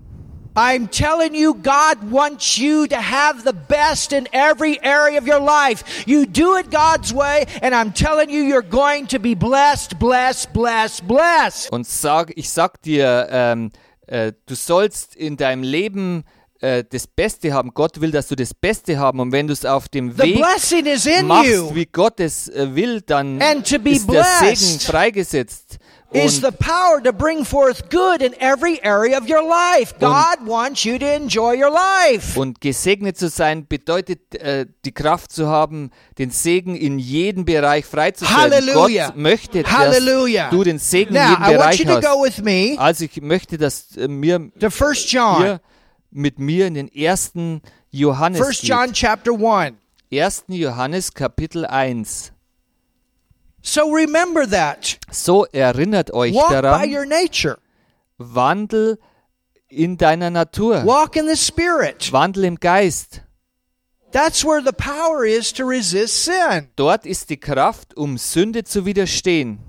I'm telling you, God wants you to have the best in every area of your life. You do it God's way, and I'm telling you, you're going to be blessed, blessed, blessed, blessed.
Und sag, ich sag dir, ähm, äh, du sollst in deinem Leben äh, das Beste haben. Gott will, dass du das Beste haben. Und wenn du es auf dem
The
Weg
blessing is in
machst,
you,
wie Gott es äh, will, dann
And to be
ist der Segen
blessed
freigesetzt.
is
Und
the power to bring forth good in every area of your life. God wants you to enjoy your life.
Und gesegnet zu sein bedeutet, äh, die Kraft zu haben, den Segen in jedem Bereich freizustellen.
Halleluja.
Gott möchte, dass
Hallelujah.
du den Segen in
Now,
jedem
I want
Bereich
you to go
hast.
with me
Also ich möchte, dass äh, mir,
to 1 John,
ihr mit mir in den ersten Johannes
1 John chapter 1.
geht. 1. Johannes Kapitel 1.
So remember that.
So erinnert euch
Walk by
daran,
your nature.
Wandel in deiner Natur,
Walk in the Spirit.
Wandel im Geist.
That's where the power is to resist sin.
Dort ist die Kraft, um Sünde zu widerstehen.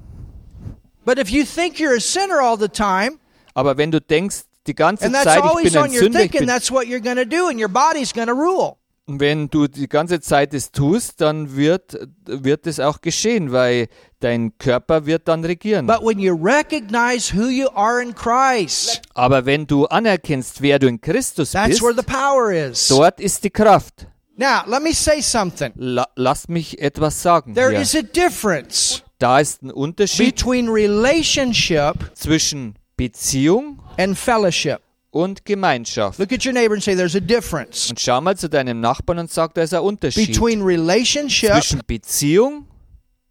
But if you think you're a sinner all the time,
Aber wenn du denkst, die ganze
and that's
Zeit, ich
always
bin ein
on your
Sünder, ich
thinking,
bin,
that's what you're going to do, and your body's going to rule.
wenn du die ganze Zeit das tust, dann wird wird es auch geschehen, weil dein Körper wird dann regieren.
But when you recognize who you are in Christ,
Aber wenn du anerkennst, wer du in Christus
that's
bist,
where the power is.
dort ist die Kraft.
Now, let me say something.
La lass mich etwas sagen.
There
Hier.
is a difference
Da ist ein Unterschied
between relationship
zwischen Beziehung
and fellowship.
und Gemeinschaft.
Look at your neighbor and say, There's a difference
Und schau mal zu deinem Nachbarn und sag, da ist ein Unterschied
between relationship
zwischen Beziehung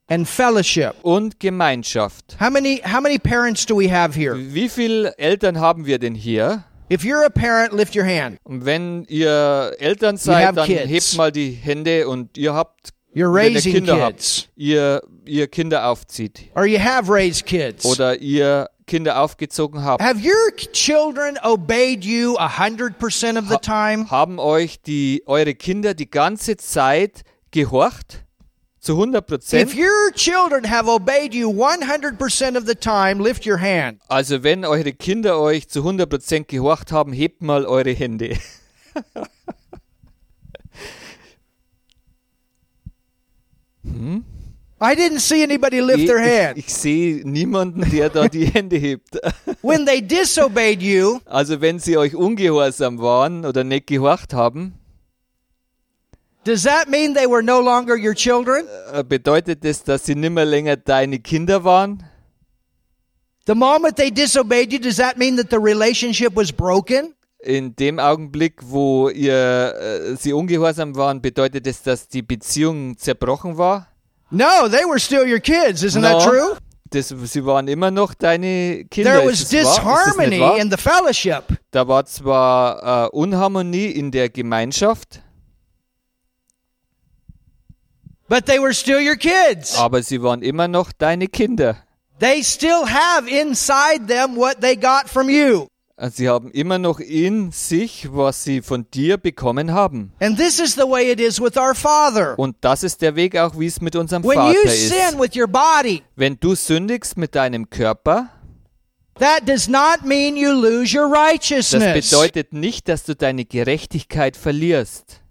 and fellowship.
und Gemeinschaft.
How many, how many parents do we have here?
Wie viele Eltern haben wir denn hier?
If you're a parent, lift your hand.
Und wenn ihr Eltern
You
seid,
have
dann
kids.
hebt mal die Hände und ihr habt,
You're
wenn ihr
raising
Kinder
kids.
habt, ihr, ihr Kinder aufzieht
Or you have raised kids.
oder ihr Kinder aufgezogen habt.
have your children obeyed you 100% of the time?
Haben euch die, eure Kinder die ganze Zeit gehorcht? Zu 100
If
Prozent?
your children have obeyed you 100% of the time, lift your hand.
Also wenn eure Kinder euch zu 100 Prozent gehorcht haben, hebt mal eure Hände.
I didn't see anybody lift
Ich,
their hand.
ich sehe niemanden, der da die Hände hebt.
When they disobeyed you,
Also wenn sie euch ungehorsam waren oder nicht gehorcht haben,
does that mean they were no longer your children?
Äh, bedeutet das, dass sie nimmer länger deine Kinder waren?
The moment they disobeyed you, does that mean that the relationship was broken?
In dem Augenblick, wo ihr äh, sie ungehorsam waren, bedeutet das, dass die Beziehung zerbrochen war?
No, they were still your kids. Isn't that
No,
true?
Das, sie waren immer noch deine Kinder.
There was
ist das wahr? Ist das nicht
disharmony
wahr?
in the fellowship.
Da war zwar äh, Unharmonie in der Gemeinschaft,
But they were still your kids.
aber sie waren immer noch deine Kinder.
They still have inside them what they got from you.
Äh, Sie haben immer noch in sich, was sie von dir bekommen haben.
And this is the way it is with our Father.
Und das ist der Weg auch, wie es mit unserem
When
Vater
you
ist.
sin with your body,
Wenn du sündigst mit deinem Körper,
that does not mean you lose your
das
righteousness.
bedeutet nicht, dass du deine Gerechtigkeit verlierst.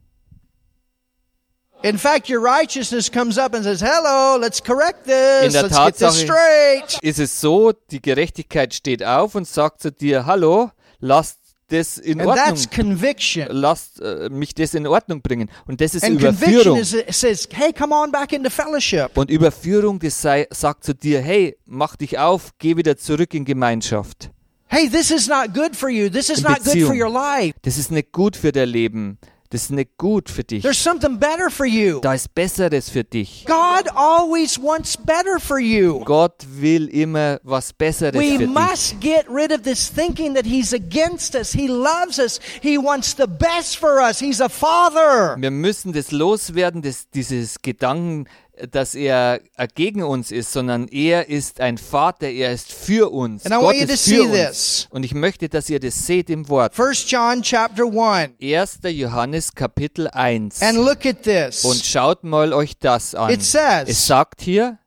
In fact, your righteousness comes up and says, Hello, let's correct this.
In der
Let's get this
Tatsache-
straight.
Ist es so, die Gerechtigkeit steht auf und sagt zu dir, hallo, lass das in
And
Ordnung,
that's conviction.
lass äh, mich das in Ordnung bringen. Und das ist
And conviction
Überführung.
is, it says, Hey, come on back into fellowship.
Und Überführung, das sei, sagt zu dir, hey, mach dich auf, geh wieder zurück in Gemeinschaft.
Hey, this is not good for you. This is
In
not good for
Beziehung.
your life.
Das ist nicht gut für dein Leben. Das ist nicht gut für dich.
There's something better for you.
Da ist Besseres für dich.
God always wants better for you.
Gott will immer was Besseres
We
für dich.
must get rid of this thinking that He's against us. He loves us. He wants the best for us. He's a father.
Wir müssen das loswerden, das, dieses Gedanken, dass er äh, gegen uns ist, sondern er ist ein Vater, er ist für uns.
And I
Gott
want you to
ist
see
für uns.
this.
Und ich möchte, dass ihr das seht im Wort.
1 John chapter 1.
1. Johannes Kapitel 1.
And look at
Und
this.
schaut mal euch das an.
It says-
es sagt hier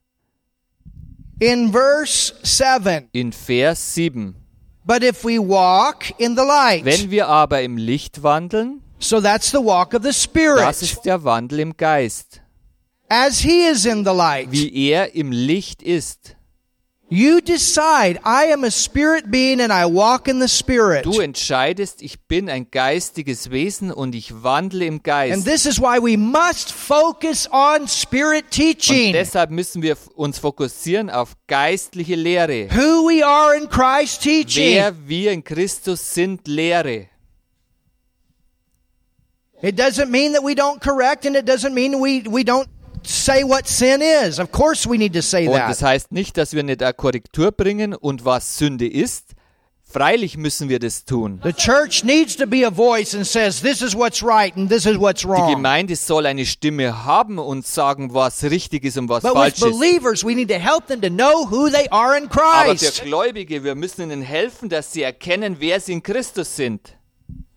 In verse 7.
in Vers 7,
But if we walk in the
wenn
light.
wir aber im Licht wandeln,
So that's the walk of the
das
Spirit.
ist der Wandel im Geist,
As He is in the light.
wie er im Licht ist.
You decide, I am a spirit being and I walk in the Spirit.
Du entscheidest, ich bin ein geistiges Wesen und ich wandle im
And
Geist.
this is why we must focus on spirit
Und
teaching.
deshalb müssen wir f- uns fokussieren auf geistliche Lehre.
Who we are in Christ teaching.
Wer wir in Christus sind, Lehre.
It doesn't mean that we don't correct and it doesn't mean we, we don't say what sin is. Of course we need to say
Und das
that.
heißt nicht, dass wir nicht eine Korrektur bringen und was Sünde ist. Freilich müssen wir das tun.
The church needs to be a voice and says this is what's right and this is what's
Die
wrong.
Gemeinde soll eine Stimme haben und sagen, was richtig ist und was
But with
falsch ist.
believers, we need to help them to know who they are in
Aber für
Christ
Gläubige, wir müssen ihnen helfen, dass sie erkennen, wer sie in Christus sind.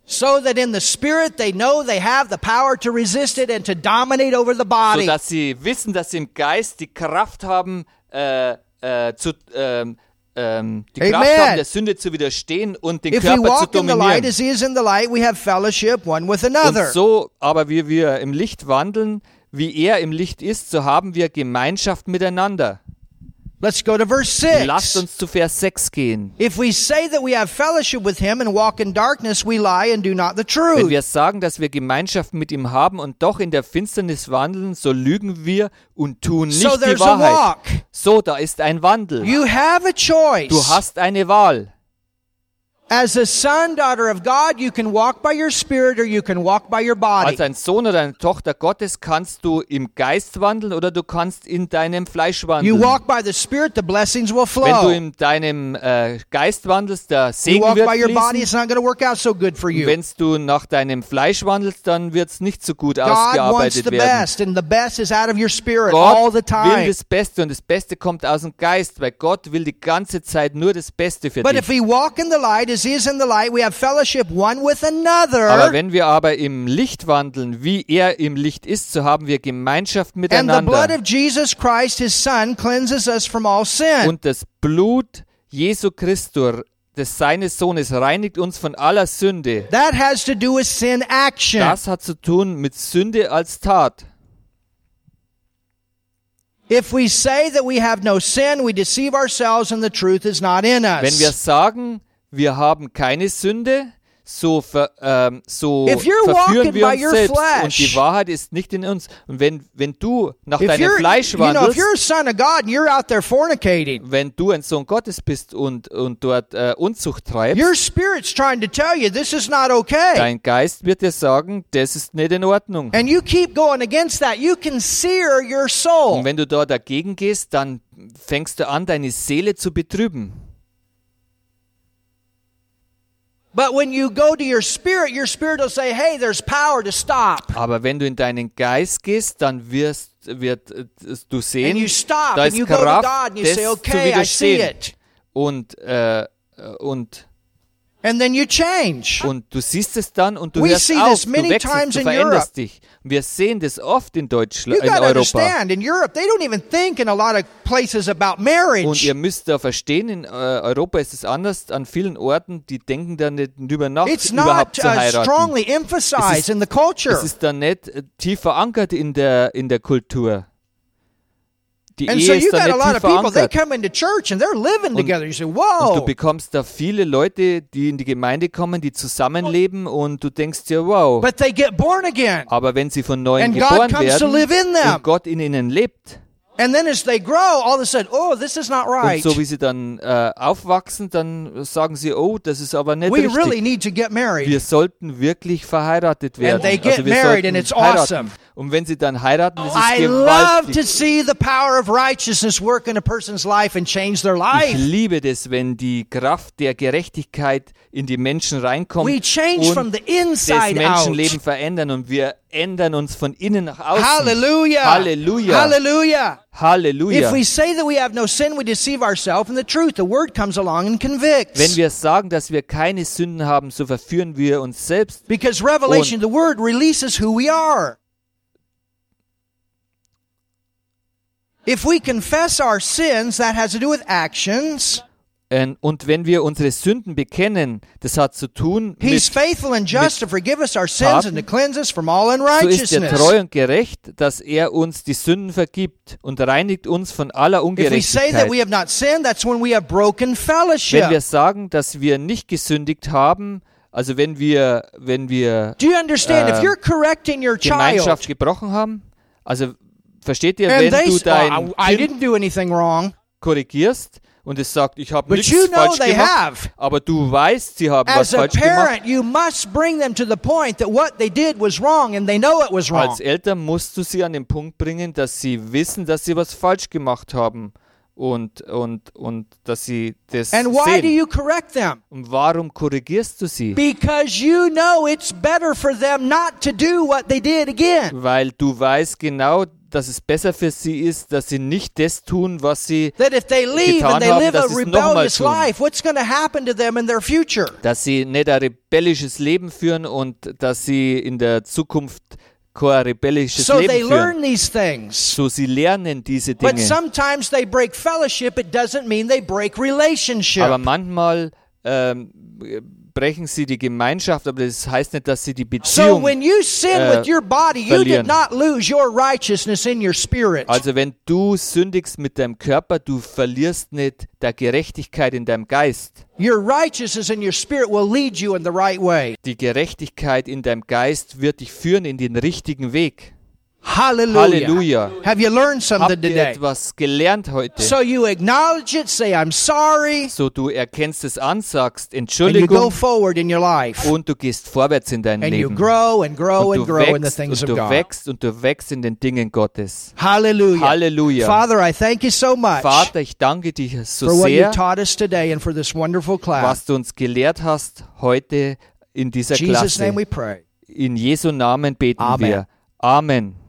so that in the spirit they know they have the power to resist it and to dominate over the body.
sodass sie wissen, dass sie im Geist die Kraft haben, äh, äh, zu, ähm, ähm, die Kraft
Amen.
haben, der Sünde zu widerstehen und den
If we
Körper zu
walk in the light
dominieren.
as he is in the light, we have fellowship one with another.
Und so, aber wie wir im Licht wandeln, wie er im Licht ist, so haben wir Gemeinschaft miteinander.
Let's go to verse
Lasst
6.
uns zu Vers 6 gehen.
If we say that we have fellowship with him and walk in darkness, we lie and do not the
Wenn
truth.
wir sagen, dass wir Gemeinschaft mit ihm haben und doch in der Finsternis wandeln, so lügen wir und tun nicht
So
die
there's a
Wahrheit.
walk.
So, da ist ein Wandel.
You have a choice.
Du hast eine Wahl.
As a son, daughter of God, you can walk by your spirit or you can walk by your body.
Als ein Sohn oder eine Tochter Gottes kannst du im Geist wandeln oder du kannst in deinem Fleisch
You
wandeln.
walk by the spirit, the blessings will
Wenn du
flow.
in deinem äh, Geist wandelst, der
You
Segen
walk
wird
by your body,
fließen.
it's not going to work out so good for you.
Wenn du nach deinem Fleisch wandelst, dann wird es nicht so gut
God wants
ausgearbeitet
the
werden.
best, and the best is out of your spirit all
Gott
the
will
time.
das Beste und das Beste kommt aus dem Geist, weil Gott will die ganze Zeit nur das Beste für
But
dich.
if we walk in the light as he is in the light, we have fellowship one with another.
Aber wenn wir aber im Licht wandeln, wie er im Licht ist, so haben wir Gemeinschaft
and the
miteinander.
blood of Jesus Christ, his son, cleanses us from all sin.
und das Blut Jesu Christus, des seines Sohnes, reinigt uns von aller Sünde.
that has to do with sin action.
Das hat zu tun mit Sünde als Tat.
if we say that we have no sin, we deceive ourselves and the truth is not in us.
Wenn wir sagen, wir haben keine Sünde, so, ver, ähm, so
If you're
verführen
walking
wir
by
uns
your
selbst
flesh-
und die Wahrheit ist nicht in uns. Und wenn, wenn du nach
If
deinem
you're,
Fleisch
you know, if
wandelst,
you're a son of God and you're out there fornicating,
wenn du ein Sohn Gottes bist und, und dort äh, Unzucht treibst,
your spirit's trying to tell you this is not okay.
dein Geist wird dir sagen, das ist nicht in Ordnung.
And you keep going against that. You can sear your
Und
soul.
wenn du da dagegen gehst, dann fängst du an, deine Seele zu betrüben.
But when you go to your spirit, your spirit will say, hey, there's power to stop.
Aber wenn du in deinen Geist gehst, dann wirst wird äh, du
And
sehen,
you stop
da
and
ist
you go to God
Kraft,
and you say,
das zu
okay, I see
widerstehen.
it.
Und, äh, und,
And then you change.
und du siehst es dann und du
We
hörst
see
auf,
this
du
many times
wechselst, du
in
veränderst
Europe.
dich. Wir sehen das oft in Deutschland,
You
in
got to
Europa.
understand, in Europe, they don't even think in a lot of places about
Und
marriage.
ihr müsst da verstehen, in äh, Europa ist es anders. An vielen Orten, die denken da nicht drüber nach,
It's
überhaupt
not
zu
uh,
heiraten.
strongly
Es ist-
emphasized in the culture.
Es ist da nicht äh, tief verankert in der, in der Kultur. Die
And
Ehe
so you
ist da
got
nicht
a lot
tief
of people, they
verankert.
come into church and they're living together. You say,
Und du
whoa.
bekommst da viele Leute, die in die Gemeinde kommen, die zusammenleben und du denkst dir, wow.
But they get born again.
Aber wenn sie von neuem
And God
geboren
comes to live in
werden
them.
und Gott in ihnen lebt
And then as they grow, all of a sudden, oh, this is not
und
right.
so wie sie dann äh, aufwachsen, dann sagen sie, oh, das ist aber nicht
We
richtig.
really need to get married.
wir sollten wirklich verheiratet werden.
they get
also wir
married
sollten
and it's
heiraten.
awesome. Oh,
Und wenn sie dann heiraten, das ist
I love to
gewaltig.
see the power of righteousness work in a person's life and change their
Ich
life.
liebe das, wenn die Kraft der Gerechtigkeit in die Menschen reinkommt
We change from
und
the
das
inside out.
Menschenleben verändern und wir ändern uns von innen nach außen.
Hallelujah.
Hallelujah.
Hallelujah. If
Halleluja.
we say that we have no sin, we deceive ourselves, and the truth, the word comes along and convicts.
Wenn wir sagen, dass wir keine Sünden haben, so verführen wir uns selbst.
because revelation, the word releases who we are. If we confess our sins, that has to do with actions.
Äh, Und wenn wir unsere Sünden bekennen, das hat zu tun mit
He's faithful and just to forgive us our sins and to cleanse us from all
So ist er
unrighteousness.
treu und gerecht, dass er uns die Sünden vergibt und reinigt uns von aller
If we say that
Ungerechtigkeit.
we have not sinned, that's when we have broken
Wenn wir
fellowship.
sagen, dass wir nicht gesündigt haben, also wenn wir, wenn wir
Do you understand? If
Ähm,
you're correcting your child,
Gemeinschaft gebrochen haben, also versteht ihr,
and
wenn
they
du
say,
dein
oh, I, I
Kind
didn't do anything wrong.
korrigierst und es sagt, ich habe
But
nichts
you know
falsch
they
gemacht,
have.
aber du weißt, sie haben
As
was
a
falsch gemacht.
parent, you must bring them to the point that what they did was wrong and they know it was wrong.
Als Eltern musst du sie an den Punkt bringen, dass sie wissen, dass sie was falsch gemacht haben und, und, und dass sie das
And why do
sehen.
you correct them?
Und warum korrigierst du sie?
Because you know it's better for them not to do what they did again.
Weil du weißt genau, dass es besser für sie ist, dass sie nicht das tun, was sie,
That if they leave
Getan
and they
haben,
live
dass
a
sie's nochmal
rebellious
tun.
life, what's going to happen to them in their future?
dass sie nicht ein rebellisches Leben führen und dass sie in der Zukunft kein rebellisches
So they
Leben führen.
learn these things.
So sie lernen diese
But
Dinge.
sometimes they break fellowship. It doesn't mean they break
Aber
relationship.
manchmal ähm, brechen sie die Gemeinschaft, aber das heißt nicht, dass sie die
So
Beziehung.
when you sin
äh,
with your body, you
verlieren.
did not lose your righteousness in your spirit.
also wenn du sündigst mit deinem Körper, du verlierst nicht der Gerechtigkeit in deinem Geist.
Your righteousness and your spirit will lead you in the right way.
Die Gerechtigkeit in deinem Geist wird dich führen in den richtigen Weg.
Hallelujah.
Halleluja.
Have you learned something
Habt ihr
today?
etwas gelernt heute?
So you acknowledge it, say, I'm sorry,
So du erkennst es an, sagst
and you go
Entschuldigung
forward in your life.
und du gehst vorwärts in dein
And you
Leben.
grow and grow
Und
and
du
grow in the
wächst
things
und
of
du
God.
wächst und du wächst in den Dingen Gottes.
Hallelujah.
Hallelujah.
Father, I thank you so much
Vater, ich danke dir so
for what you
sehr,
taught us today and for this wonderful class.
was du uns gelehrt hast heute in dieser
In Jesus' name
Klasse.
we pray.
In Jesu Namen beten
Amen.
wir. Amen.